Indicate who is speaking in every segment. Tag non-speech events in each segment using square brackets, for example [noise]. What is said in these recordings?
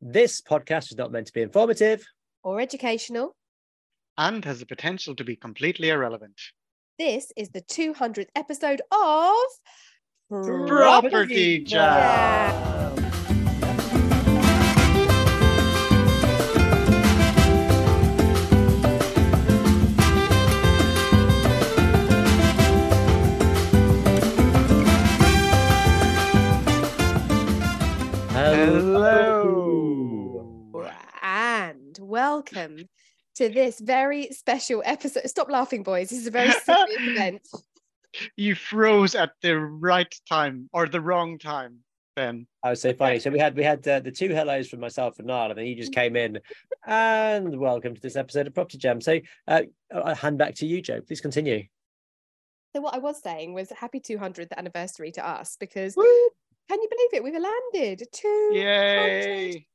Speaker 1: This podcast is not meant to be informative.
Speaker 2: or educational.
Speaker 3: and has the potential to be completely irrelevant.
Speaker 2: This is the 200th episode of
Speaker 3: Property Jam.
Speaker 2: And welcome to this very special episode. Stop laughing, boys. This is a very serious event.
Speaker 3: You froze at the right time or the wrong time, Ben.
Speaker 1: I was Oh, so funny. So we had we had uh, the two hellos from myself and Niall, and then you just came in. And welcome to this episode of Property Jam. So uh, I'll hand back to you, Joe. Please continue.
Speaker 2: So, what I was saying was happy 200th anniversary to us because can you believe it? We've landed two
Speaker 3: Yay!
Speaker 2: episodes.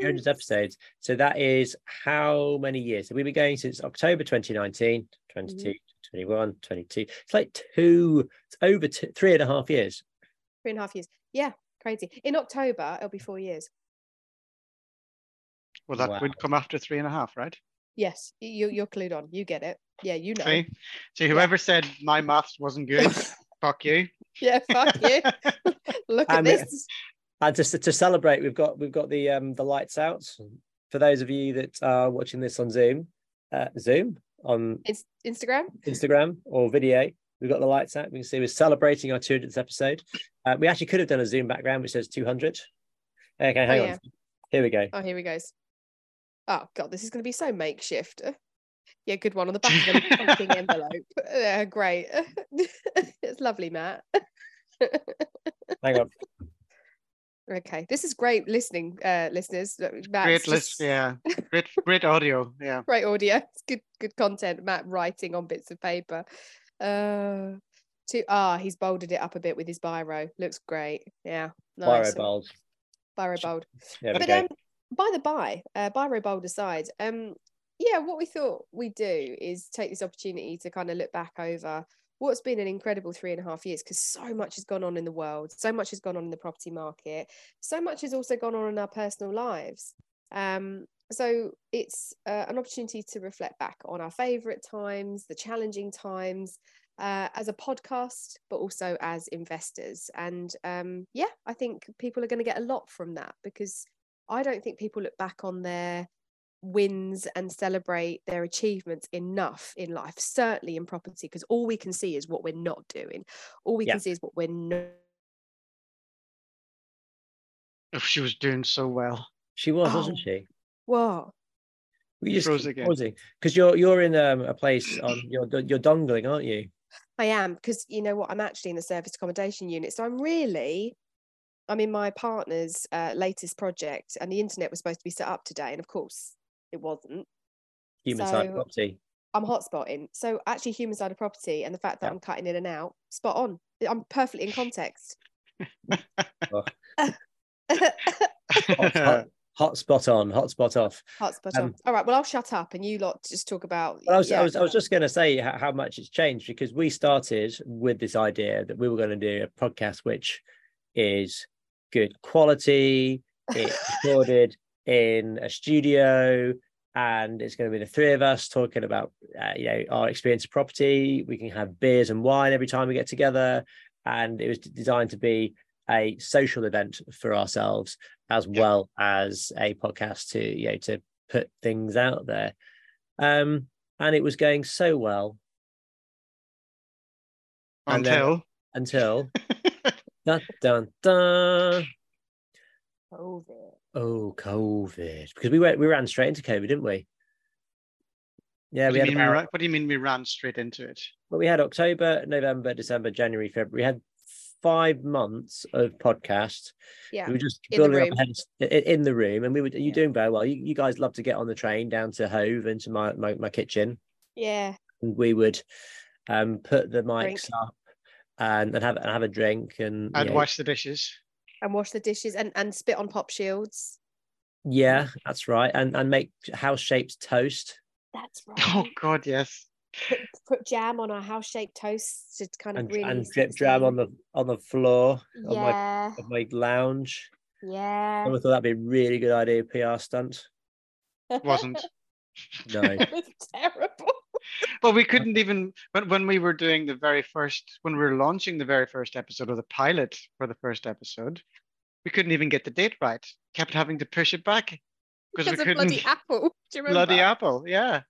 Speaker 1: 200 episodes. So that is how many years? So we've been going since October 2019, 22, 21, 22. It's like two, it's over two, three and a half years.
Speaker 2: Three and a half years. Yeah, crazy. In October, it'll be four years.
Speaker 3: Well, that
Speaker 1: Wow.
Speaker 3: would come after three and a half, right?
Speaker 2: Yes, y- you, you're clued on. You get it. Yeah, you know. [laughs]
Speaker 3: See? So whoever said my maths wasn't good, fuck you.
Speaker 2: Yeah, fuck you. Look at
Speaker 1: Um,
Speaker 2: this.
Speaker 1: And to, to celebrate, we've got we've got the um the lights out. For those of you that are watching this on Zoom, uh, Zoom on
Speaker 2: It's Instagram.
Speaker 1: Instagram or video, we've got the lights out. We can see we're celebrating our 200th episode. Uh, we actually could have done a Zoom background which says 200. Okay, hang on.
Speaker 2: Oh, yeah.
Speaker 1: Here we go.
Speaker 2: Oh, here he goes. Oh god, this is going to be so makeshift. Yeah, good one on the back of an
Speaker 3: [laughs]
Speaker 2: fucking envelope. Yeah, great. [laughs] it's lovely, Matt.
Speaker 1: Hang on.
Speaker 2: Okay, this is great listening, uh, listeners. Matt,
Speaker 3: Great list, yeah. Great, great audio, yeah.
Speaker 2: Great audio. It's good, good content. Matt writing on bits of paper. Uh, to ah, he's bolded it up a bit with his biro. Looks great. Yeah, [laughs] nice.
Speaker 1: Pyro Bold.
Speaker 2: Biro bold.
Speaker 1: There we
Speaker 2: but
Speaker 1: go.
Speaker 2: um, by the by, uh, Biro Bold aside, um, yeah, what we thought we'd do is take this opportunity to kind of look back over what's been an incredible three and a half years because so much has gone on in the world, so much has gone on in the property market, so much has also gone on in our personal lives. Um, so it's uh, an opportunity to reflect back on our favourite times, the challenging times, uh, as a podcast, but also as investors. And um, yeah, I think people are going to get a lot from that because I don't think people look back on their wins and celebrate their achievements enough in life, certainly in property, because all we can see is what we're not doing. All we
Speaker 1: Yeah.
Speaker 2: can see is what we're not.
Speaker 3: Oh, she was doing so well.
Speaker 1: She was,
Speaker 2: oh.
Speaker 1: wasn't she?
Speaker 2: What?
Speaker 1: We just
Speaker 3: Froze again.
Speaker 1: because you're you're in um, a place on you're you're dongling, aren't you?
Speaker 2: I am because you know what I'm actually in the service accommodation unit, so I'm really I'm in my partner's uh, latest project, and the internet was supposed to be set up today, and of course it wasn't.
Speaker 1: Human side
Speaker 2: So-
Speaker 1: property.
Speaker 2: I'm hotspotting, so actually human side of property, and the fact that
Speaker 1: Yeah.
Speaker 2: I'm cutting in and out, spot on. I'm
Speaker 1: [laughs]
Speaker 2: perfectly in context.
Speaker 1: Oh.
Speaker 2: hotspot
Speaker 1: Hot, hot, hot spot on, hot spot off.
Speaker 2: on. All right, well I'll shut up, and you lot just talk about.
Speaker 1: But Um, I was, I
Speaker 2: yeah.
Speaker 1: was I was just going to say how, how much it's changed because we started with this idea that we were going to do a podcast which is good quality. It's recorded in a studio. And it's going to be the three of us talking about, uh, you know, our experience of property. We can have beers and wine every time we get together, and it was designed to be a social event for ourselves as
Speaker 3: Yeah.
Speaker 1: well as a podcast to, you know, to put things out there. Um, and it was going so well and then-
Speaker 3: Until
Speaker 1: until dun, dun, dun.
Speaker 2: COVID.
Speaker 1: oh COVID because we went we ran straight into COVID didn't we? [laughs] Yeah,
Speaker 3: what,
Speaker 1: we
Speaker 3: do you
Speaker 1: had
Speaker 3: mean we
Speaker 1: about,
Speaker 3: ra- what do you mean we ran straight into it?
Speaker 1: well, we had October, November, December, January, February. We had five months of podcast.
Speaker 2: Yeah.
Speaker 1: We were just
Speaker 2: In the
Speaker 1: building up
Speaker 2: room.
Speaker 1: ahead in the room, and we were you
Speaker 3: Yeah.
Speaker 1: doing very well. You, you guys love to get on the train down to Hove and to my my, my kitchen.
Speaker 2: Yeah.
Speaker 1: and we would um, put the mics
Speaker 2: Drink.
Speaker 1: up and, and have and have a drink and
Speaker 3: I'd
Speaker 1: yeah,
Speaker 3: wash the dishes.
Speaker 2: And wash the dishes and and spit on pop shields.
Speaker 1: yeah, that's right, and and make house shaped toast [laughs]
Speaker 2: That's
Speaker 3: Oh God, yes.
Speaker 2: put, put jam on our house shaped toast to kind of
Speaker 1: and,
Speaker 2: really
Speaker 1: and drip jam on the on the floor of my
Speaker 2: yeah
Speaker 1: of my lounge. I [laughs]
Speaker 2: Yeah.
Speaker 1: thought that'd be a really good idea, PR stunt.
Speaker 3: Wasn't.
Speaker 2: [laughs]
Speaker 1: No.
Speaker 2: it was
Speaker 3: [laughs]
Speaker 2: terrible.
Speaker 3: But we couldn't even when when we were doing the very first when we were launching the very first episode or the pilot for the first episode, we couldn't even get the date right. Kept having to push it back because we
Speaker 2: Because of
Speaker 3: couldn't. [laughs]
Speaker 2: bloody apple. Do you remember?
Speaker 3: Bloody apple, yeah.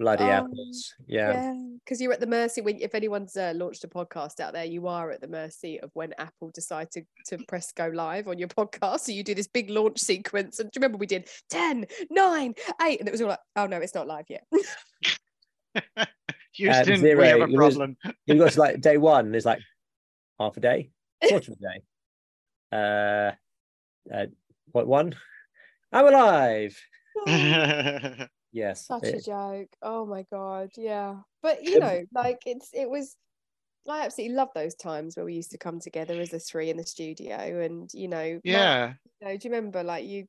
Speaker 1: Bloody
Speaker 2: Um,
Speaker 1: apples. Yeah.
Speaker 2: Yeah, because you're at the mercy when if anyone's uh, launched a podcast out there, you are at the mercy of when Apple decide to, to press go live on your [laughs] podcast. So you do this big launch sequence, and do you remember we did 10, 9, 8, and it was all like, oh no, it's not live yet.
Speaker 3: Houston,
Speaker 1: zero,
Speaker 3: we have a
Speaker 1: it was-
Speaker 2: [gasps]
Speaker 3: problem. [laughs]
Speaker 1: You got to like day one, there's like half a
Speaker 2: [laughs]
Speaker 1: day, quarter of a day. Uh, uh point one. I'm alive. Yes.
Speaker 2: Such a
Speaker 1: it-
Speaker 2: joke. Oh my god, yeah. But you
Speaker 1: Um,
Speaker 2: know, like it's it was I absolutely love those times where we used to come together as the three in the studio and you know, like,
Speaker 3: yeah.
Speaker 2: you know, do you remember like you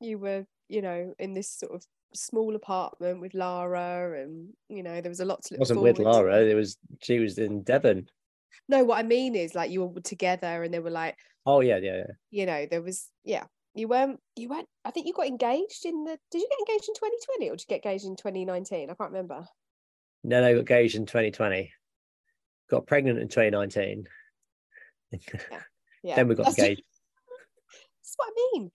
Speaker 2: you were, you know, in this sort of small apartment with Lara and you know, there was a lot to
Speaker 1: it
Speaker 2: look
Speaker 1: wasn't
Speaker 2: forward
Speaker 1: with
Speaker 2: to.
Speaker 1: Laura. It was she was in Devon.
Speaker 2: No, what I mean is like you were together and they were like,
Speaker 1: Oh yeah, yeah, yeah.
Speaker 2: you know, there was yeah. You weren't you weren't I think you got engaged in the did you get engaged in 2020 or did you get engaged in 2019? I can't remember.
Speaker 1: No, no, got engaged in 2020. Got pregnant in 2019.
Speaker 2: Yeah.
Speaker 1: Then we got
Speaker 2: that's-
Speaker 1: engaged.
Speaker 2: That's what I mean.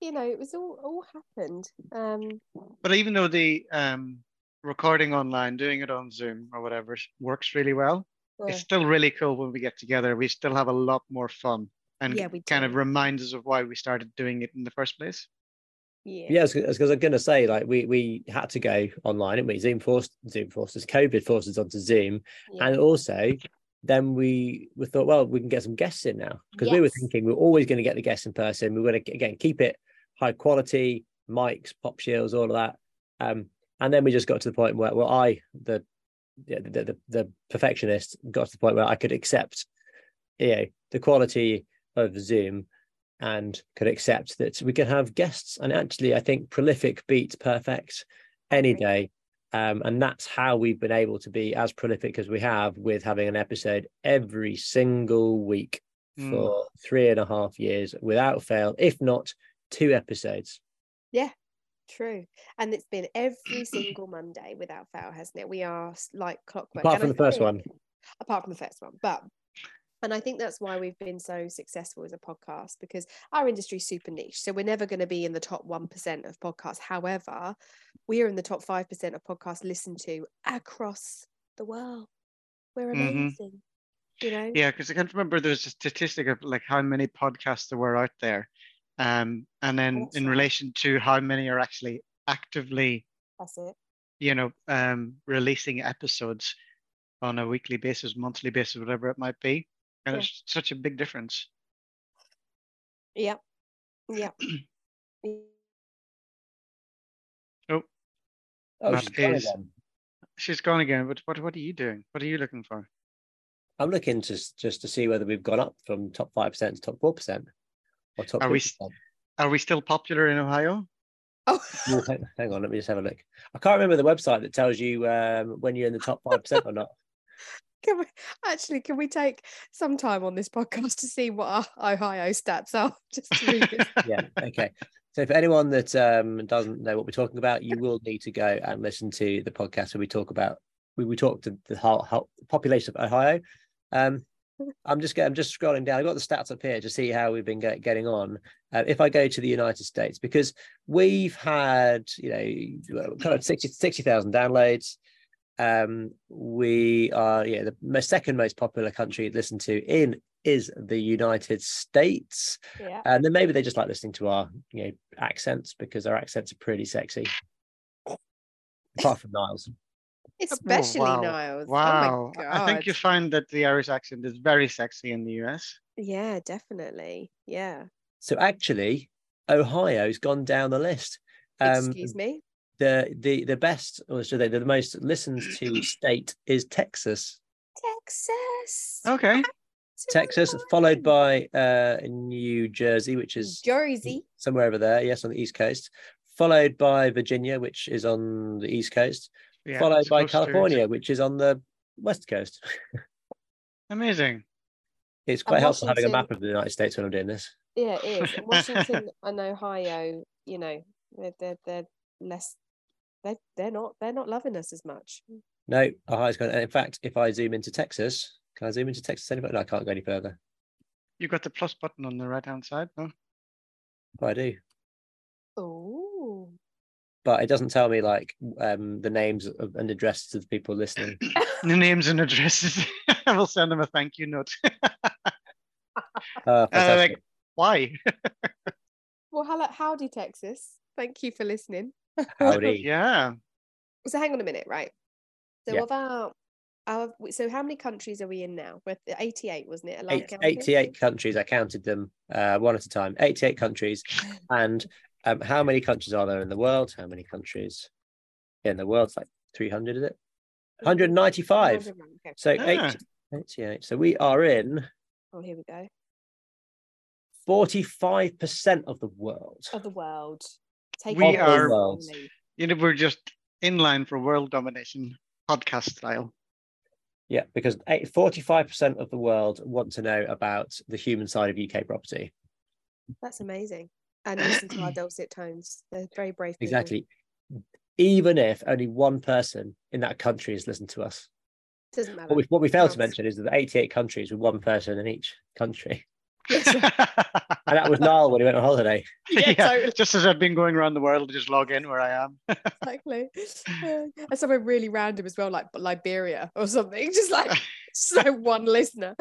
Speaker 2: You know, it was all all happened. Um,
Speaker 3: But even though the um, recording online, doing it on Zoom or whatever s- works really well, it's still really cool when we get together. We still have a lot more fun and
Speaker 2: Yeah, we
Speaker 3: kind of
Speaker 2: do.
Speaker 3: reminds us of why we started doing it in the first place.
Speaker 2: yeah.
Speaker 1: Yeah, because I was going to say, like, we we had to go online, didn't we? Zoom forced, Zoom forced us, COVID forced us onto Zoom,
Speaker 2: Yeah.
Speaker 1: and also then we we thought, well, we can get some guests in now because we were
Speaker 2: Yes.
Speaker 1: thinking we are always going to get the guests in person. We were going to again keep it high quality, mics, pop shields, all of that, um, and then we just got to the point where, well, I the yeah, the, the the perfectionist got to the point where I could accept, you know, the quality of Zoom and could accept that we could have guests. And actually, I think prolific beats perfect any day. Um, and that's how we've been able to be as prolific as we have with having an episode every single week
Speaker 3: Mm.
Speaker 1: for three and a half years without fail, if not two episodes.
Speaker 2: True. And it's been
Speaker 1: [clears throat]
Speaker 2: every single Monday without fail, hasn't it? We are s- like clockwork.
Speaker 1: Apart
Speaker 2: And
Speaker 1: from
Speaker 2: I
Speaker 1: the first
Speaker 2: think-
Speaker 1: one.
Speaker 2: Apart from the first one. But and I think that's why we've been so successful as a podcast because our industry's super niche. So we're never going to be in the top 1% of podcasts. However, we are in the top 5% of podcasts listened to across the world. We're
Speaker 3: Mhm.
Speaker 1: Mm-hmm.
Speaker 2: amazing. You know?
Speaker 3: Yeah, because I can't remember there was a statistic of like how many podcasts there were out there. Um, and then
Speaker 2: that's
Speaker 3: in
Speaker 2: right.
Speaker 3: relation to how many are actually actively,
Speaker 2: That's it.
Speaker 3: you know, um, releasing episodes on a weekly basis, monthly basis, whatever it might be. And
Speaker 2: Yeah.
Speaker 3: it's such a big difference.
Speaker 2: Yeah. Yeah.
Speaker 1: [clears throat]
Speaker 2: Y-
Speaker 1: Oh,
Speaker 3: That
Speaker 1: she's gone
Speaker 3: is-
Speaker 1: again.
Speaker 3: She's gone again, but what, what are you doing? What are you looking for?
Speaker 1: I'm looking to s- just to see whether we've gone up from top five percent to top four percent or top.
Speaker 3: Are we
Speaker 1: 3%.
Speaker 3: Are we still popular in Ohio?
Speaker 2: Oh, [laughs]
Speaker 1: Well, hang, hang on, let me just have a look. I can't remember the website that tells you um, when you're in the top five percent or not.
Speaker 2: can we, actually, can we take some time on this podcast to see what our Ohio stats are? [laughs] Just to
Speaker 3: [laughs]
Speaker 2: revisit.
Speaker 1: Yeah, okay. So for anyone that um, doesn't know what we're talking about, you will need to go and listen to the podcast where we talk about we, we talk to the whole, whole population of Ohio. Um, I'm just go- I'm just scrolling down. I've got the stats up here to see how we've been get, getting on. Uh, if I go to the United States, because we've had you know kind of 60 60,000 downloads. Um, we are yeah the mo- second most popular country listened to in is the United States.
Speaker 2: yeah.
Speaker 1: And then maybe they just like listening to our, you know, accents because our accents are pretty sexy. Apart from Niles.
Speaker 2: Oh, Especially
Speaker 3: wow.
Speaker 2: Niles.
Speaker 3: Wow.
Speaker 2: Oh my
Speaker 3: I I think you
Speaker 2: God.
Speaker 3: find that the Irish accent is very sexy in the US.
Speaker 2: Yeah, definitely. Yeah.
Speaker 1: So actually, Ohio's gone down the list. Um,
Speaker 2: Excuse me.
Speaker 1: the the the best, or should they, the most listened to state is Texas.
Speaker 2: Texas.
Speaker 3: Okay.
Speaker 2: That's
Speaker 1: Texas,
Speaker 3: Ah.
Speaker 2: right.
Speaker 1: followed by uh, New Jersey, which is
Speaker 2: Jersey.
Speaker 1: somewhere over there. Yes, on the East Coast. Followed by Virginia, which is on the East Coast.
Speaker 3: Yeah,
Speaker 1: followed
Speaker 3: it's
Speaker 1: by
Speaker 3: close to it.
Speaker 1: California, which is on the West Coast.
Speaker 3: Amazing.
Speaker 1: It's
Speaker 2: And
Speaker 1: quite helpful having a
Speaker 2: Washington-
Speaker 1: map of the United States when I'm doing this.
Speaker 2: Yeah, it is. And [laughs] Washington and Ohio, you know, they're, they're, they're less. They're, they're not they're not loving us as much.
Speaker 1: No, Ohio's gone. and In fact, if I zoom into Texas, can I zoom into Texas? Anybody? No, I can't go any further.
Speaker 3: You got the plus button on the right hand side, no? [laughs]
Speaker 1: But I do.
Speaker 2: Oh,
Speaker 1: But it doesn't tell me like um, the names of, and addresses of the people listening.
Speaker 3: [coughs] The names and addresses. [laughs] I will send them a thank you note. [laughs]
Speaker 1: Uh,
Speaker 3: And they're
Speaker 1: fantastic.
Speaker 3: [laughs] like, why?
Speaker 2: well, hello, howdy, Texas. Thank you for listening.
Speaker 1: Howdy.
Speaker 3: [laughs] yeah.
Speaker 2: So hang on a minute, right? So
Speaker 1: Yeah.
Speaker 2: of our, our so how many countries are we in now? We're at 88, wasn't it? at last
Speaker 1: Eight,
Speaker 2: counting?
Speaker 1: 88 countries. I counted them uh, one at a time. 88 countries. And um, how many countries are there in the world? How many countries in the world? It's like 300, is it? 195.
Speaker 2: 100, okay.
Speaker 1: So
Speaker 3: Ah.
Speaker 1: 80 88. So we are in
Speaker 2: Oh, here we go.
Speaker 1: 45% of the world.
Speaker 3: Oh.
Speaker 2: Of the world. Take
Speaker 3: We
Speaker 2: it easy,
Speaker 3: are-
Speaker 1: World.
Speaker 2: Lee.
Speaker 3: You know, we're just in line for world domination, podcast
Speaker 1: [laughs]
Speaker 3: style. [laughs]
Speaker 1: Yeah, because eight- 45% of the world want to know about the human side of UK property.
Speaker 3: Mm-hmm.
Speaker 1: [clears throat]
Speaker 2: That's amazing. And listen to our dulcet tones. They're very brave. people.
Speaker 1: Exactly. Even if only one person in that country has listened to us.
Speaker 2: Doesn't matter.
Speaker 1: What
Speaker 2: [laughs]
Speaker 1: we, what we failed to
Speaker 2: Nice.
Speaker 1: mention is that there are 88 countries with one person in each country. [laughs]
Speaker 3: yeah,
Speaker 1: And that was Niall when he went on holiday.
Speaker 2: totally.
Speaker 3: [laughs] Just as I've been going around the world, I just log in where I am.
Speaker 1: [laughs]
Speaker 2: exactly. and somewhere really random as well, like Liberia or something. [laughs] Just like so one listener.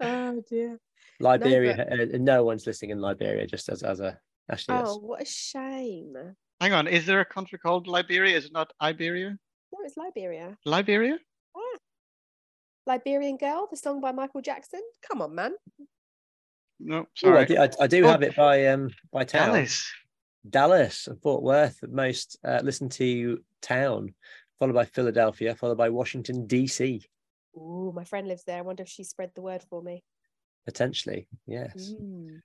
Speaker 2: Oh dear.
Speaker 1: Liberia, uh, no one's listening in Liberia, just as, as a. Actually,
Speaker 2: Oh,
Speaker 1: that's
Speaker 2: what a shame. No,
Speaker 3: Hang on, is there a country called Liberia? Is it not Iberia?
Speaker 2: it's Liberia.
Speaker 3: Liberia?
Speaker 2: Liberian Girl, the song by Michael Jackson. Come on, man.
Speaker 3: No,
Speaker 1: Ooh, I
Speaker 3: sorry.
Speaker 1: do, I, I do
Speaker 3: Oh.
Speaker 1: have it by um by town.
Speaker 3: Dallas.
Speaker 1: Dallas and Fort Worth, the most uh, listened to town, followed by Philadelphia, followed by Washington D.C.
Speaker 2: Ooh, my friend lives there. I wonder if she spread the word for me.
Speaker 1: Potentially, yes.
Speaker 2: Mm.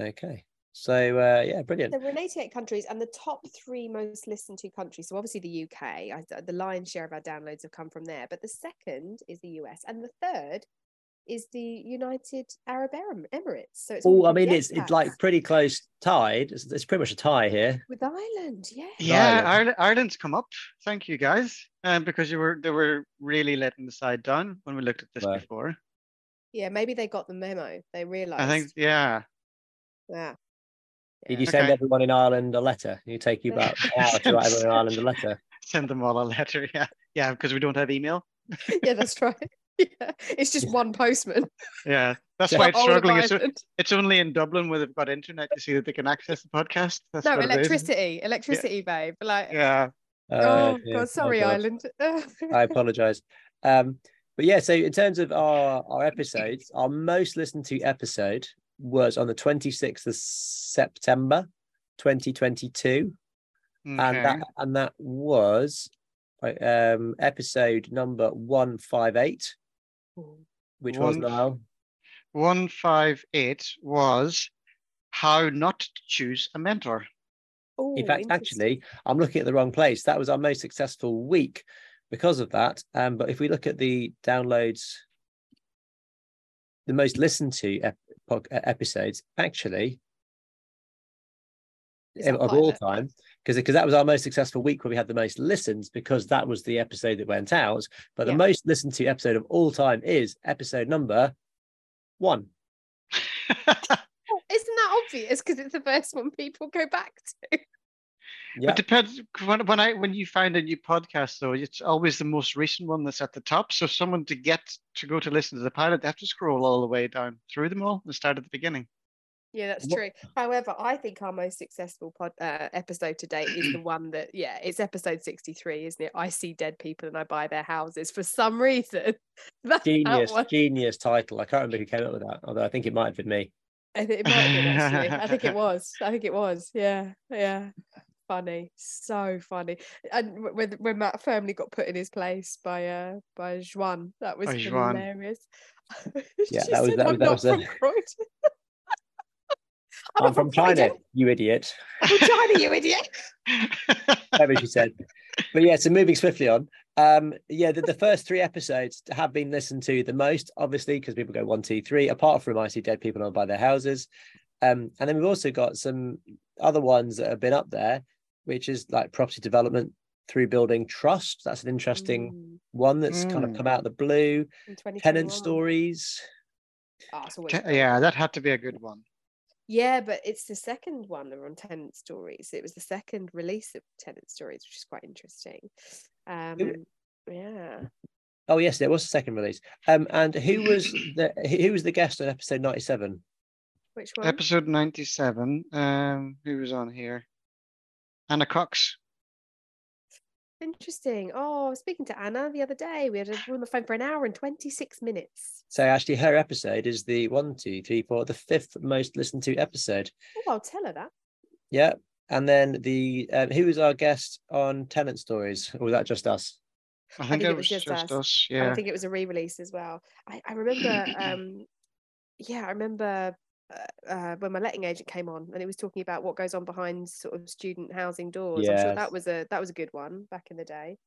Speaker 1: Okay, so uh, yeah, brilliant.
Speaker 2: There were in 88 countries, and the top three most listened to countries. So obviously the UK, I, the lion's share of our downloads have come from there. But the second is the US, and the third is the United Arab Em- Emirates. So it's all
Speaker 1: Oh, I mean,
Speaker 2: the
Speaker 1: it's it's
Speaker 2: expats
Speaker 1: like pretty close tied. It's, it's pretty much a tie here.
Speaker 2: with Ireland, yeah.
Speaker 3: Yeah,
Speaker 1: Ireland.
Speaker 3: Ireland. Ireland's come up. Thank you guys, um, because you were they were really letting the side down when we looked at this
Speaker 1: Right.
Speaker 3: before.
Speaker 2: Yeah, maybe they got the memo. They realised.
Speaker 3: I think, yeah,
Speaker 2: Yeah.
Speaker 1: Did you
Speaker 2: Yeah.
Speaker 1: send
Speaker 3: Okay.
Speaker 1: everyone in Ireland a letter? You take you about an hour to write everyone in Ireland a letter.
Speaker 3: send them all a letter. [laughs] Yeah, yeah, because we don't have email.
Speaker 2: [laughs] yeah, that's right. [laughs] Yeah. It's just
Speaker 1: Yeah.
Speaker 2: one postman.
Speaker 3: Yeah, that's
Speaker 1: Yeah.
Speaker 3: why
Speaker 2: for [laughs]
Speaker 3: it's
Speaker 2: all of
Speaker 3: struggling. It's, o-
Speaker 2: Ireland.
Speaker 3: it's only in Dublin where they've got internet to see that they can access the podcast. That's
Speaker 2: No,
Speaker 3: what it is.
Speaker 2: electricity, electricity, babe. Like,
Speaker 3: Yeah,
Speaker 1: Uh,
Speaker 2: [laughs] oh,
Speaker 1: yeah,
Speaker 2: God, sorry,
Speaker 1: God.
Speaker 2: Ireland. [laughs]
Speaker 1: I apologize. Um, but yeah, so in terms of our, our episodes, our most listened to episode was on the 26th of September 2022. And
Speaker 3: okay.
Speaker 1: that and that was right, um episode number 158, which was
Speaker 3: One-
Speaker 1: now
Speaker 3: one five eight was how not to choose a mentor. [laughs]
Speaker 2: Oh,
Speaker 1: in fact,
Speaker 2: interesting.
Speaker 1: actually, I'm looking at the wrong place. That was our most successful week because of that. Um, but if we look at the downloads, the most listened to ep- pod- uh, episodes, actually,
Speaker 2: Is
Speaker 1: of
Speaker 2: that
Speaker 1: of all
Speaker 2: pilot?
Speaker 1: time, because because that was our most successful week where we had the most listens because that was the episode that went out. But the
Speaker 2: Yeah.
Speaker 1: most listened to episode of all time is episode number one.
Speaker 2: Oh, Isn't that obvious? Because it's the first one people go back to.
Speaker 1: Yeah,
Speaker 3: It depends when, when I when you find a new podcast though, it's always the most recent one that's at the top. So someone to get to go to listen to the pilot, they have to scroll all the way down through them all and start at the beginning. [laughs]
Speaker 2: Yeah, that's
Speaker 1: What-
Speaker 2: true. However, I think our most successful pod, uh, episode to date is
Speaker 3: [clears throat]
Speaker 2: the one that, yeah, it's episode 63, isn't it? I see dead people and I buy their houses for some reason. [laughs] That, that
Speaker 1: genius,
Speaker 2: one-
Speaker 1: genius title. I can't remember who came up with that, although I think it might have been me.
Speaker 2: I think it might have been actually.
Speaker 1: [laughs]
Speaker 2: I think it was. I think it was. Yeah. Yeah. Funny. So funny. And w- when when Matt firmly got put in his place by uh by Juan, that was
Speaker 3: By Juan.
Speaker 2: hilarious. [laughs]
Speaker 1: Yeah,
Speaker 2: She
Speaker 1: that was-
Speaker 2: said,
Speaker 1: that
Speaker 2: "I'm
Speaker 1: was- that
Speaker 2: not
Speaker 1: was the-
Speaker 2: from Croydon."
Speaker 1: [laughs] I'm,
Speaker 2: not [laughs]
Speaker 1: from China,
Speaker 2: Croydon.
Speaker 1: you idiot.
Speaker 2: From China, you idiot.
Speaker 1: Whatever she said. But yeah, so moving swiftly on. Um, yeah, the, the first three episodes have been listened to the most, obviously, because people go one, two, three, apart from I see dead people on by their houses. Um, and then we've also got some other ones that have been up there, which is like property development through building trust. That's an [laughs] interesting
Speaker 2: Mm,
Speaker 1: one that's kind of
Speaker 3: Mm.
Speaker 1: come out of the blue.
Speaker 2: in
Speaker 1: Tenant
Speaker 2: 2021.
Speaker 1: stories.
Speaker 2: Ah, it's always
Speaker 3: Te-
Speaker 2: fun.
Speaker 3: yeah, that had to be a good one.
Speaker 2: Yeah, but it's the second one that were on Tenant Stories. It was the second release of Tenant Stories, which is quite interesting. Um, yeah.
Speaker 1: Oh yes, there was a second release. Um, and who was the who was the guest on episode ninety seven?
Speaker 2: Which one?
Speaker 3: Episode 97. Um, who was on here? Anna Cox.
Speaker 2: Interesting. Oh, I was speaking to Anna the other day. We had a room of phone for an hour and 26 minutes.
Speaker 1: So actually, her episode is the one, two, three, four, the fifth most listened to episode.
Speaker 2: Oh, I'll tell her that.
Speaker 1: Yeah. And then the um, who was our guest on Tenant Stories? Or was that just us?
Speaker 3: I think that was just, us.
Speaker 2: And
Speaker 3: Yeah.
Speaker 2: I think it was a re-release as well. I, I
Speaker 1: [clears throat]
Speaker 2: remember, um, yeah, I remember uh, uh, when my letting agent came on and it was talking about what goes on behind sort of student housing doors. I'm sure
Speaker 1: Yes.
Speaker 2: that was a that was a good one back in the day.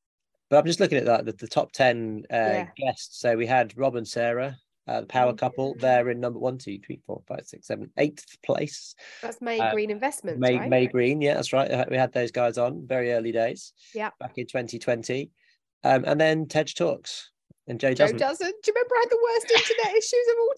Speaker 1: But I'm just looking at that the, the top ten uh,
Speaker 2: Yeah.
Speaker 1: guests. So we had Rob and Sarah, uh, the power
Speaker 2: Mm.
Speaker 1: couple. They're in number one, two, three, four, five, six, seven, eighth place.
Speaker 2: That's May
Speaker 1: Uh,
Speaker 2: Green Investments,
Speaker 1: May,
Speaker 2: right?
Speaker 1: May Green, yeah, that's right. Uh, We had those guys on very early days.
Speaker 2: Yeah.
Speaker 1: Back in 2020. Um, and then Ted Talks and Joe
Speaker 2: Joe
Speaker 1: doesn't.
Speaker 2: doesn't. Do you remember I had the worst internet issues of all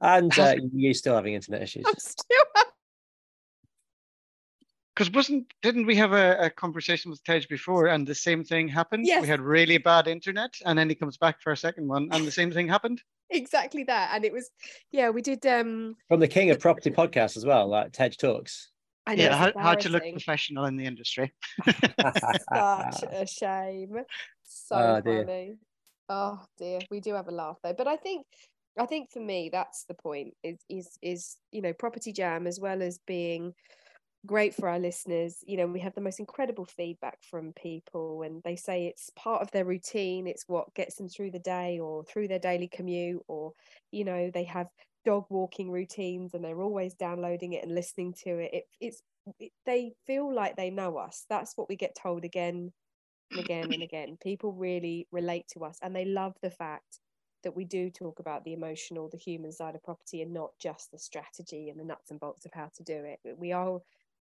Speaker 2: time? [laughs]
Speaker 1: and uh, you still having internet issues.
Speaker 2: I'm still [laughs]
Speaker 3: Because wasn't didn't we have a, a conversation with Tej before and the same thing happened?
Speaker 2: Yes.
Speaker 3: We had really bad internet and then he comes back for a second one and the same thing happened.
Speaker 2: exactly that. And it was, yeah, we did. um
Speaker 1: From the King of Property podcast as well, like Ted
Speaker 3: [laughs]
Speaker 1: Talks.
Speaker 2: [laughs] I know
Speaker 3: Yeah,
Speaker 2: it's
Speaker 3: how, how to look
Speaker 2: embarrassing.
Speaker 3: professional in the industry.
Speaker 2: such a shame. So
Speaker 1: Oh, dear.
Speaker 2: funny. Oh dear, we do have a laugh though. But I think, I think for me, that's the point. Is is is you know, Property Jam as well as being great for our listeners. You know, we have the most incredible feedback from people, and they say it's part of their routine. It's what gets them through the day or through their daily commute, or you know, they have dog walking routines and they're always downloading it and listening to it. it it's it- they feel like they know us. That's what we get told again and again and again. People really relate to us and they love the fact that we do talk about the emotional, the human side of property and not just the strategy and the nuts and bolts of how to do it. We are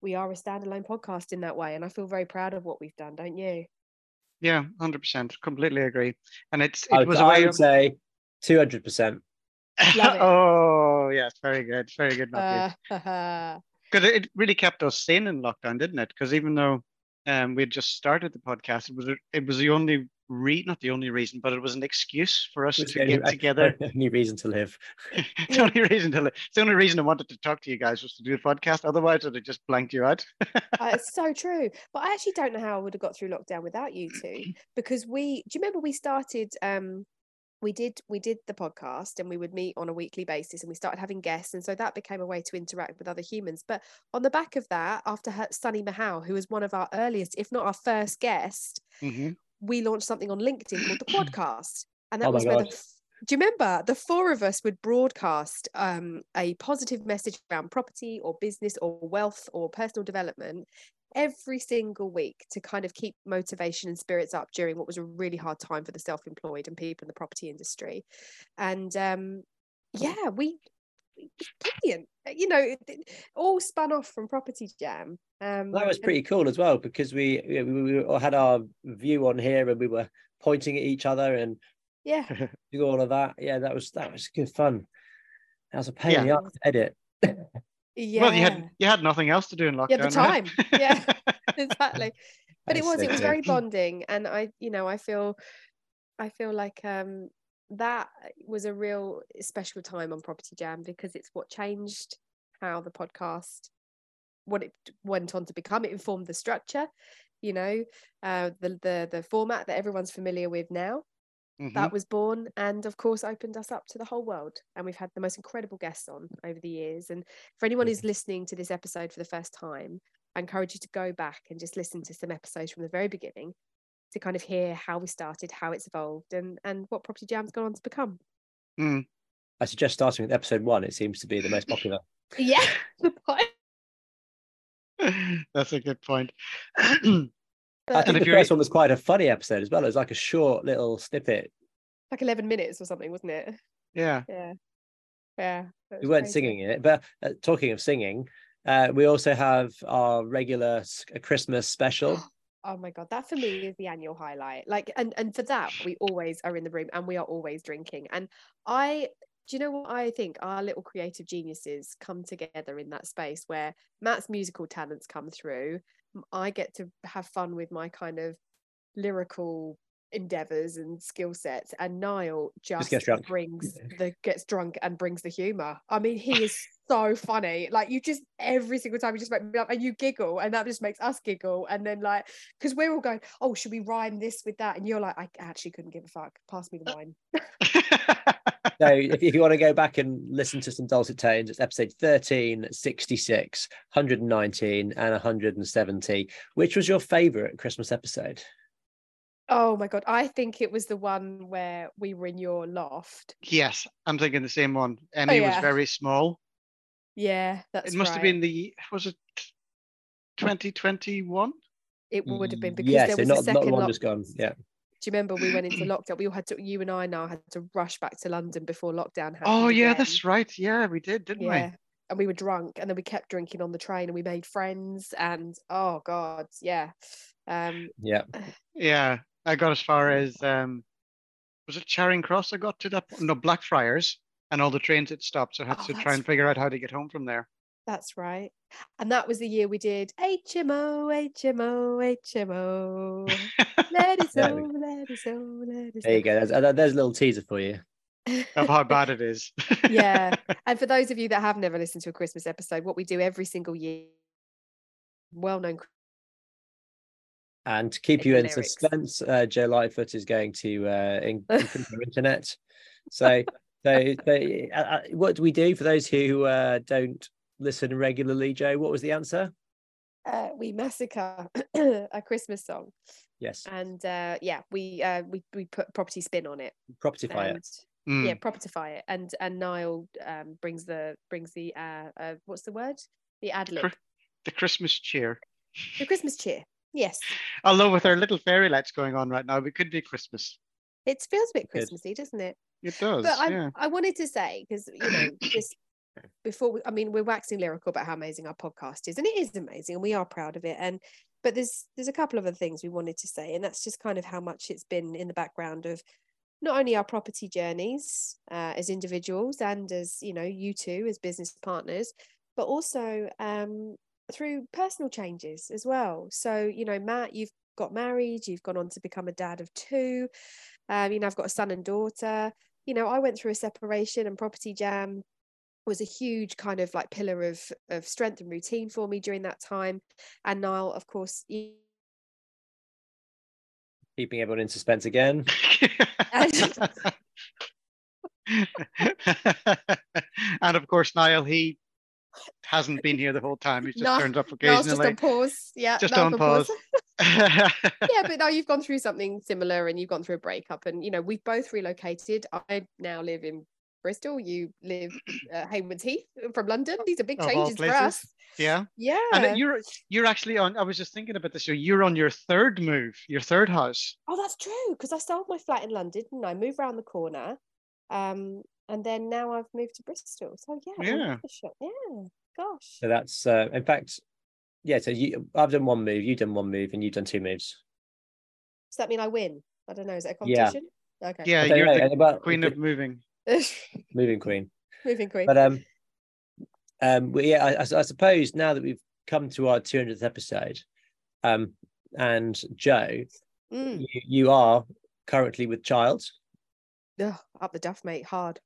Speaker 2: we are a standalone podcast in that way and I feel very proud of what we've done, don't you?
Speaker 3: [laughs] Yeah, hundred percent. Completely agree. And it's
Speaker 1: I
Speaker 3: it
Speaker 1: would,
Speaker 3: was a
Speaker 1: I
Speaker 3: way
Speaker 1: would
Speaker 3: of
Speaker 1: say 200%.
Speaker 3: [laughs]
Speaker 2: Love it.
Speaker 3: Oh yes, very good. Very good, Matthew.
Speaker 2: Uh, [laughs]
Speaker 3: because it it really kept us sane in lockdown, didn't it? Because even though um, we had just started the podcast, it was a- it was the only re not the only reason, but it was an excuse for us
Speaker 1: It's
Speaker 3: to
Speaker 1: the only- [laughs]
Speaker 3: get together.
Speaker 1: the only reason to live.
Speaker 3: [laughs] it's the only reason to li- it's the only reason I wanted to talk to you guys was to do the podcast. Otherwise, I'd have just blanked you out.
Speaker 2: Uh, it's so true. But I actually don't know how I would have got through lockdown without you two because we do you remember we started um we did we did the podcast and we would meet on a weekly basis and we started having guests and so that became a way to interact with other humans but on the back of that after her, Sunny Mahal who was one of our earliest if not our first guest
Speaker 3: Mhm.
Speaker 2: we launched something on
Speaker 1: [clears throat]
Speaker 2: LinkedIn called the podcast and that
Speaker 1: Oh my
Speaker 2: was where the
Speaker 1: God.
Speaker 2: f- do you remember the four of us would broadcast um, a positive message around property or business or wealth or personal development every single week to kind of keep motivation and spirits up during what was a really hard time for the self-employed and people in the property industry and um yeah we it was brilliant Uh, you know it, it all spun off from property jam um
Speaker 1: That was
Speaker 2: and-
Speaker 1: pretty cool as well because we we, we all had our view on here and we were pointing at each other and
Speaker 2: yeah
Speaker 1: do all of that. Yeah, that was that was good fun. That was a pain in the
Speaker 2: Yeah.
Speaker 1: ass to edit.
Speaker 2: yeah
Speaker 3: Well, you had you had nothing else to do in lockdown.
Speaker 1: [laughs]
Speaker 2: yeah the
Speaker 3: right?
Speaker 2: time
Speaker 3: [laughs]
Speaker 2: yeah [laughs] exactly but it was it was
Speaker 1: Basically.
Speaker 2: very bonding and i you know i feel i feel like um that was a real special time on property jam because it's what changed how the podcast what it went on to become it informed the structure you know uh the the, the format that everyone's familiar with now
Speaker 3: Mhm.
Speaker 1: Mm-hmm.
Speaker 2: that was born and of course opened us up to the whole world and we've had the most incredible guests on over the years and for anyone who's listening to this episode for the first time i encourage you to go back and just listen to some episodes from the very beginning to kind of hear how we started how it's evolved and and what property jam's gone on to become
Speaker 3: Mm.
Speaker 1: I suggest starting with episode one. It seems to be the most popular.
Speaker 2: [laughs] yeah
Speaker 3: Mm-hmm. [laughs] That's a good point. [clears throat]
Speaker 1: I
Speaker 2: but
Speaker 1: think
Speaker 3: if
Speaker 1: the
Speaker 3: you're- e-
Speaker 1: first one was quite a funny episode as well. It was like a short little snippet.
Speaker 2: like 11 minutes or something wasn't it
Speaker 3: yeah. [laughs]
Speaker 2: yeah yeah That
Speaker 1: we
Speaker 2: was
Speaker 1: weren't
Speaker 2: crazy.
Speaker 1: singing in it but uh, talking of singing uh, we also have our regular s- christmas
Speaker 2: [gasps]
Speaker 1: special
Speaker 2: Oh my god, that for me is the annual highlight. Like, and and for that, we always are in the room and we are always drinking. And I, do you know what I think? Our little creative geniuses come together in that space where Matt's musical talents come through. M- I get to have fun with my kind of lyrical endeavors and skill sets, and Niall just,
Speaker 1: gets drunk.
Speaker 2: brings the gets drunk and brings the humor. I mean, he
Speaker 3: [laughs]
Speaker 2: is so funny. Like, you just every single time you just make me laugh and you giggle, and that just makes us giggle. And then like because we're all going, oh, should we rhyme this with that? And you're like, I actually couldn't give a fuck. Pass
Speaker 3: Uh,
Speaker 2: me the wine.
Speaker 1: so if, if you want to go back and listen to some dulcet tones it's episode 13 66 119 and 170 which was your favorite christmas episode
Speaker 2: Oh my god, I think it was the one where we were in your loft.
Speaker 3: yes, I'm thinking the same one. Emmy
Speaker 2: yeah.
Speaker 3: was very small.
Speaker 2: Yeah, that's
Speaker 3: it must have
Speaker 2: right.
Speaker 3: been the was it 2021?
Speaker 2: It would have been because
Speaker 1: yeah
Speaker 2: there
Speaker 1: so
Speaker 2: was a
Speaker 1: not, not
Speaker 2: second
Speaker 1: the one
Speaker 2: lock-
Speaker 1: just gone yeah
Speaker 2: Do you remember we went into lockdown? We all had to, you and I now had to rush back to London before lockdown happened.
Speaker 3: Oh yeah,
Speaker 2: again.
Speaker 3: that's right. Yeah, we did, didn't
Speaker 2: yeah. And we were drunk, and then we kept drinking on the train, and we made friends, and oh god, yeah. Um,
Speaker 1: yeah
Speaker 3: we? Yeah, I got as far as um, was it Charing Cross? I got to that no Blackfriars, and all the trains had stopped, so I had
Speaker 2: Oh,
Speaker 3: to try
Speaker 2: that's
Speaker 3: and figure out how to get home from there.
Speaker 2: That's right. And that was the year we did HMO, HMO, HMO. Let it
Speaker 1: There we
Speaker 2: go, let it go, let it
Speaker 1: there you
Speaker 2: go.
Speaker 1: go there's,
Speaker 2: [laughs]
Speaker 1: uh, there's a little teaser for you
Speaker 3: of how bad it is.
Speaker 2: Yeah. And for those of you that have never listened to a Christmas episode, what we do every single year, well known.
Speaker 1: And to keep
Speaker 2: Like
Speaker 1: you
Speaker 2: the
Speaker 1: in
Speaker 2: lyrics.
Speaker 1: suspense, uh, Joe Lightfoot is going to uh,
Speaker 2: [laughs]
Speaker 1: in- improve our internet. So, so, so uh, uh, what do we do for those who uh, don't listen regularly, Joe? What was the answer?
Speaker 2: Uh, we massacre [clears throat] a Christmas song,
Speaker 1: Yes,
Speaker 2: and uh, yeah, we uh, we we put property spin on it.
Speaker 1: propertyfy
Speaker 2: and-
Speaker 1: it.
Speaker 3: Mm.
Speaker 2: yeah propertify it and and niall um brings the brings the uh, uh what's the word the ad lib
Speaker 3: Cri- The Christmas cheer.
Speaker 2: the christmas cheer yes
Speaker 3: Although with our little fairy lights going on right now, we could be Christmas.
Speaker 2: it feels a bit
Speaker 1: Good.
Speaker 2: christmassy doesn't it
Speaker 3: It does.
Speaker 2: but I,
Speaker 3: yeah.
Speaker 2: I wanted to say because you
Speaker 3: [coughs]
Speaker 2: know this before we, I mean we're waxing lyrical about how amazing our podcast is and it is amazing and we are proud of it and but there's there's a couple of other things we wanted to say and that's just kind of how much it's been in the background of not only our property journeys uh, as individuals and as you know you two as business partners but also um, through personal changes as well so you know Matt you've got married you've gone on to become a dad of two um, you know I've got a son and daughter you know I went through a separation and property jam was a huge kind of like pillar of of strength and routine for me during that time and Niall of course you
Speaker 1: Keeping everyone in suspense again.
Speaker 3: [laughs] and of course, Niall, he hasn't been here the whole time. He just
Speaker 2: No,
Speaker 3: turns up
Speaker 2: Niall's just on
Speaker 3: occasionally.
Speaker 2: pause yeah
Speaker 3: Just
Speaker 2: Niall's
Speaker 3: on pause. [laughs] yeah,
Speaker 2: yeah, but now you've gone through something similar and you've gone through a breakup, and you know we've both relocated. I now live in Bristol. You live uh, Haywards Heath from London. These are big
Speaker 3: Oh, Of all
Speaker 2: changes for
Speaker 3: places.
Speaker 2: us. Yeah,
Speaker 3: And uh, you're you're actually on. I was just thinking about this. So you're on your third move, your third house.
Speaker 2: oh, that's true because I sold my flat in London and I moved round the corner, um, and then now I've moved to Bristol. So yeah, all
Speaker 3: Yeah.
Speaker 2: over the shop. yeah, gosh,
Speaker 1: So that's, uh, in fact, yeah. So you, I've done one move, you've done one move, and you've done two moves.
Speaker 2: does that mean I win? I don't know. Is it a
Speaker 1: Yeah.
Speaker 2: competition? Okay.
Speaker 3: Yeah,
Speaker 1: I don't
Speaker 3: you're
Speaker 1: know,
Speaker 3: the
Speaker 1: uh, well,
Speaker 3: queen
Speaker 1: good-
Speaker 3: of moving.
Speaker 1: moving queen.
Speaker 2: [laughs] Moving quick.
Speaker 1: but um um well, yeah I, I s- I suppose now that we've come to our 200th episode um and joe
Speaker 2: Mm.
Speaker 1: you, you are currently with child
Speaker 2: Ugh, up the duff, mate. Hard,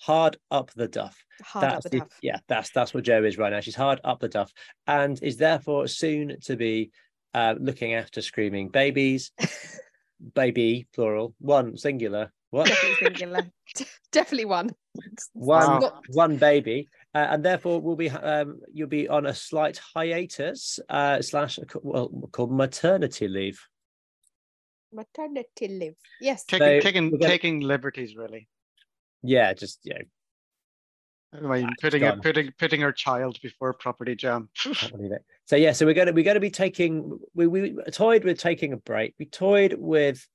Speaker 1: hard up the duff
Speaker 2: hard up
Speaker 1: That's
Speaker 2: the
Speaker 1: the-
Speaker 2: duff.
Speaker 1: yeah that's that's what joe is right now she's hard up the duff and is therefore soon to be uh, looking after screaming
Speaker 2: [laughs]
Speaker 1: babies baby plural one singular what
Speaker 2: definitely singular. [laughs] definitely one.
Speaker 1: one
Speaker 2: Not-
Speaker 1: one baby uh, and therefore we'll be um, you'll be on a slight hiatus uh, slash well called maternity leave
Speaker 2: maternity leave. Yes.
Speaker 3: Taking
Speaker 1: So,
Speaker 3: taking
Speaker 1: we're gonna-
Speaker 3: taking liberties really.
Speaker 1: yeah just you know
Speaker 3: I mean,
Speaker 1: Ah, it's
Speaker 3: putting her,
Speaker 1: done.
Speaker 3: putting putting her child before property jam.
Speaker 1: can't believe it so yeah so we're gonna we're gonna be taking we we toyed with taking a break we toyed with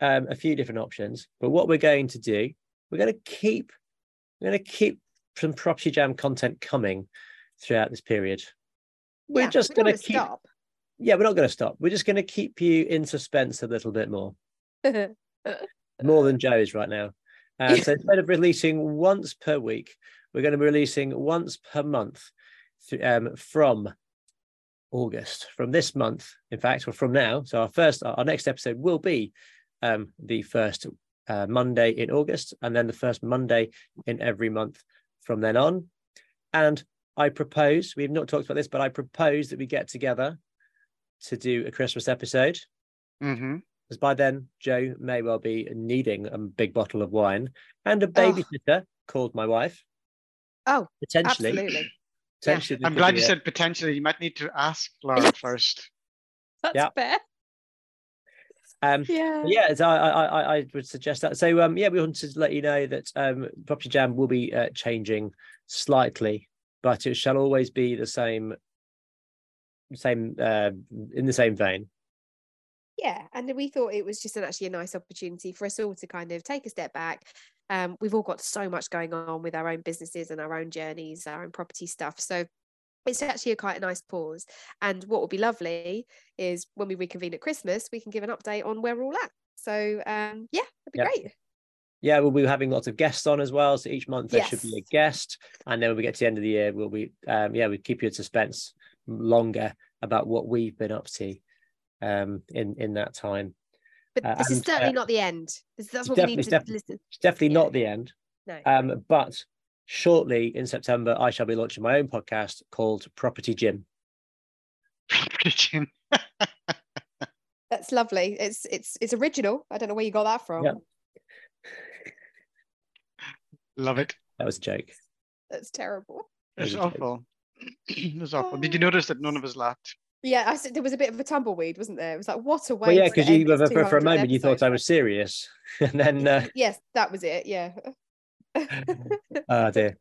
Speaker 1: um, a few different options but what we're going to do we're going to keep I'm going to keep some Property Jam content coming throughout this period. We're
Speaker 2: Yeah,
Speaker 1: just
Speaker 2: we don't
Speaker 1: going to
Speaker 2: wanna
Speaker 1: keep.
Speaker 2: stop. [laughs]
Speaker 1: Yeah, we're not going to stop. We're just going to keep you in suspense a little bit more, more than Joe is right now. Uh, so instead of releasing once per week, we're going to be releasing once per month th- um, from August, from this month, in fact, or from now. So our first, our our next episode will be um, the first uh, Monday in August, and then the first Monday in every month from then on. And I propose, we've not talked about this, but I propose that we get together to do a Christmas episode
Speaker 3: hmm
Speaker 1: because by then Joe may well be needing a big bottle of wine and a
Speaker 2: Oh.
Speaker 1: babysitter called my wife.
Speaker 2: Oh,
Speaker 1: potentially,
Speaker 2: Absolutely.
Speaker 1: potentially. there
Speaker 3: I'm
Speaker 1: could
Speaker 3: glad
Speaker 1: be
Speaker 3: you
Speaker 1: a-
Speaker 3: said potentially. You might need to ask
Speaker 2: [laughs]
Speaker 3: Laura
Speaker 2: Yes.
Speaker 3: first.
Speaker 2: That's
Speaker 1: Yeah.
Speaker 2: fair.
Speaker 1: Um,
Speaker 2: Yeah.
Speaker 1: yeah, it's, I, I I- I would suggest that. So um, yeah, we wanted to let you know that um, Property Jam will be uh, changing slightly, but it shall always be the same, same uh, in the same vein.
Speaker 2: Yeah, and we thought it was just an, actually a nice opportunity for us all to kind of take a step back. Um, we've all got so much going on with our own businesses and our own journeys, our own property stuff. So it's actually a quite a nice pause. And what would be lovely is when we reconvene at Christmas, we can give an update on where we're all at. So um, yeah, that'd be
Speaker 1: Yeah.
Speaker 2: great.
Speaker 1: Yeah, we'll be having lots of guests on as well. So each month there should be a
Speaker 2: Yes.
Speaker 1: guest, and then when we get to the end of the year, we'll be um, yeah, we keep you in suspense longer about what we've been up to um, in in that time.
Speaker 2: But
Speaker 1: Uh,
Speaker 2: this is
Speaker 1: and, uh,
Speaker 2: certainly not the end. This,
Speaker 1: it's
Speaker 2: that's what we need
Speaker 1: definitely-
Speaker 2: to
Speaker 1: it's
Speaker 2: listen.
Speaker 1: It's definitely
Speaker 2: Yeah.
Speaker 1: not the end.
Speaker 2: No.
Speaker 1: Um, but shortly in September, I shall be launching my own podcast called Property Gym.
Speaker 3: [laughs] Property Jim.
Speaker 2: That's lovely. It's it's it's original. I don't know where you got that from.
Speaker 3: Love it.
Speaker 1: That was a joke.
Speaker 2: That's terrible.
Speaker 3: It's
Speaker 1: Really good.
Speaker 3: awful. [clears throat] it was awful. Did you
Speaker 2: Oh.
Speaker 3: notice that none of us laughed?
Speaker 2: Yeah, I said there was a bit of a tumbleweed, wasn't there? It was like, what a way.
Speaker 1: Well, yeah,
Speaker 2: to
Speaker 1: because
Speaker 2: end
Speaker 1: you
Speaker 2: this
Speaker 1: for, for- for a
Speaker 2: 200th
Speaker 1: moment you thought
Speaker 2: episode.
Speaker 1: I was serious, [laughs] and then
Speaker 2: [laughs]
Speaker 1: uh,
Speaker 2: Yes, that was it. Yeah.
Speaker 1: oh dear,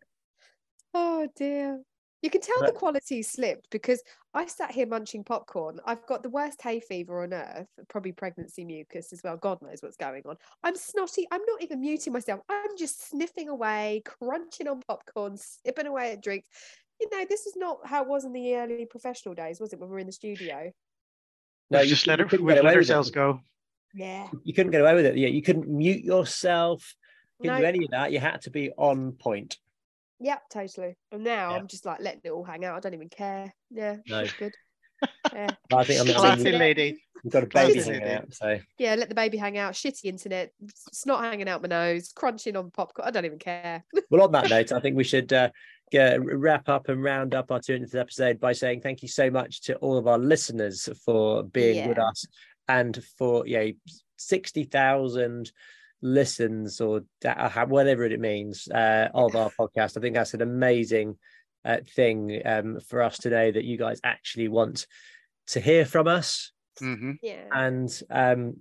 Speaker 2: oh dear. You can tell the
Speaker 1: But-
Speaker 2: quality slipped because I sat here munching popcorn. I've got the worst hay fever on earth, probably pregnancy mucus as well. God knows what's going on. I'm snotty. I'm not even muting myself. I'm just sniffing away, crunching on popcorn, sipping away at drinks. You know, this is not how it was in the early professional days, was it? When we were in the studio.
Speaker 1: no,
Speaker 3: we've
Speaker 1: you
Speaker 3: just let,
Speaker 1: couldn't- you
Speaker 3: her,
Speaker 1: couldn't
Speaker 3: we've
Speaker 1: get
Speaker 3: let
Speaker 1: away with it.
Speaker 3: ourselves go.
Speaker 2: Yeah.
Speaker 1: You couldn't get away with it. Yeah, you couldn't mute yourself. Couldn't do
Speaker 2: No.
Speaker 1: any of that. You had to be on point.
Speaker 2: Yep, totally. And now
Speaker 1: Yeah.
Speaker 2: I'm just like letting it all hang out. I don't even care. Yeah,
Speaker 1: No.
Speaker 2: it's good.
Speaker 1: But I think I'm, I
Speaker 3: Classy
Speaker 1: mean,
Speaker 3: lady.
Speaker 1: you've got a baby
Speaker 3: classy
Speaker 1: hanging
Speaker 3: lady.
Speaker 1: out, so
Speaker 2: Yeah, let the baby hang out. Shitty internet. It's not hanging out my nose. Crunching on popcorn. I don't even care.
Speaker 1: Well, on that note, I think we should uh, get, wrap up and round up our 200th episode by saying thank you so much to all of our listeners for being with
Speaker 2: Yeah.
Speaker 1: us and for yeah 60,000 listens or da- uh, ha- whatever it means uh, of our podcast. I think that's an amazing uh, thing um, for us to know that you guys actually want to hear from us
Speaker 3: hmm
Speaker 2: Yeah.
Speaker 1: and um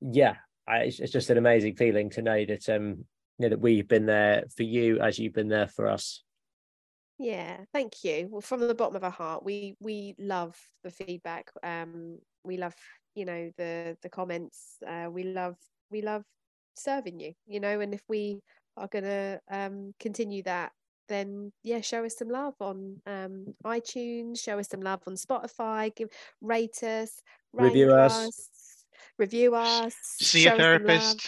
Speaker 1: yeah I, it's, it's just an amazing feeling to know that um you know that we've been there for you as you've been there for us
Speaker 2: Yeah, thank you. Well, from the bottom of our heart, we we love the feedback. Um, we love you know the the comments. Uh, we love we love serving you. You know, and if we are gonna um continue that, then yeah, show us some love on um iTunes. Show us some love on Spotify. Give rate us, rank
Speaker 1: Review us.
Speaker 2: review us.
Speaker 3: See
Speaker 2: show
Speaker 3: a
Speaker 2: us some love,
Speaker 3: therapist.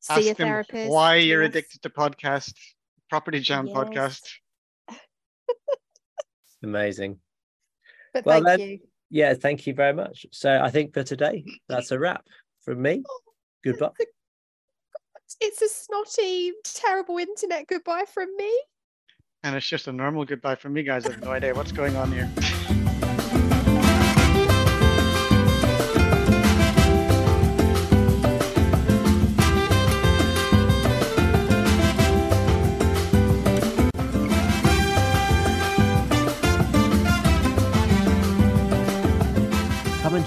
Speaker 2: See a
Speaker 3: Ask them
Speaker 2: therapist.
Speaker 3: Why you're
Speaker 2: yes.
Speaker 3: addicted to podcast, Property Jam
Speaker 2: Yes.
Speaker 3: podcast.
Speaker 1: amazing
Speaker 2: But
Speaker 1: Well,
Speaker 2: thank
Speaker 1: then,
Speaker 2: you.
Speaker 1: yeah thank you very much so i think for today that's a wrap from me goodbye
Speaker 2: It's a snotty, terrible internet goodbye from me.
Speaker 3: And it's just a normal goodbye from me, guys. I have no idea what's going on here.
Speaker 1: Come and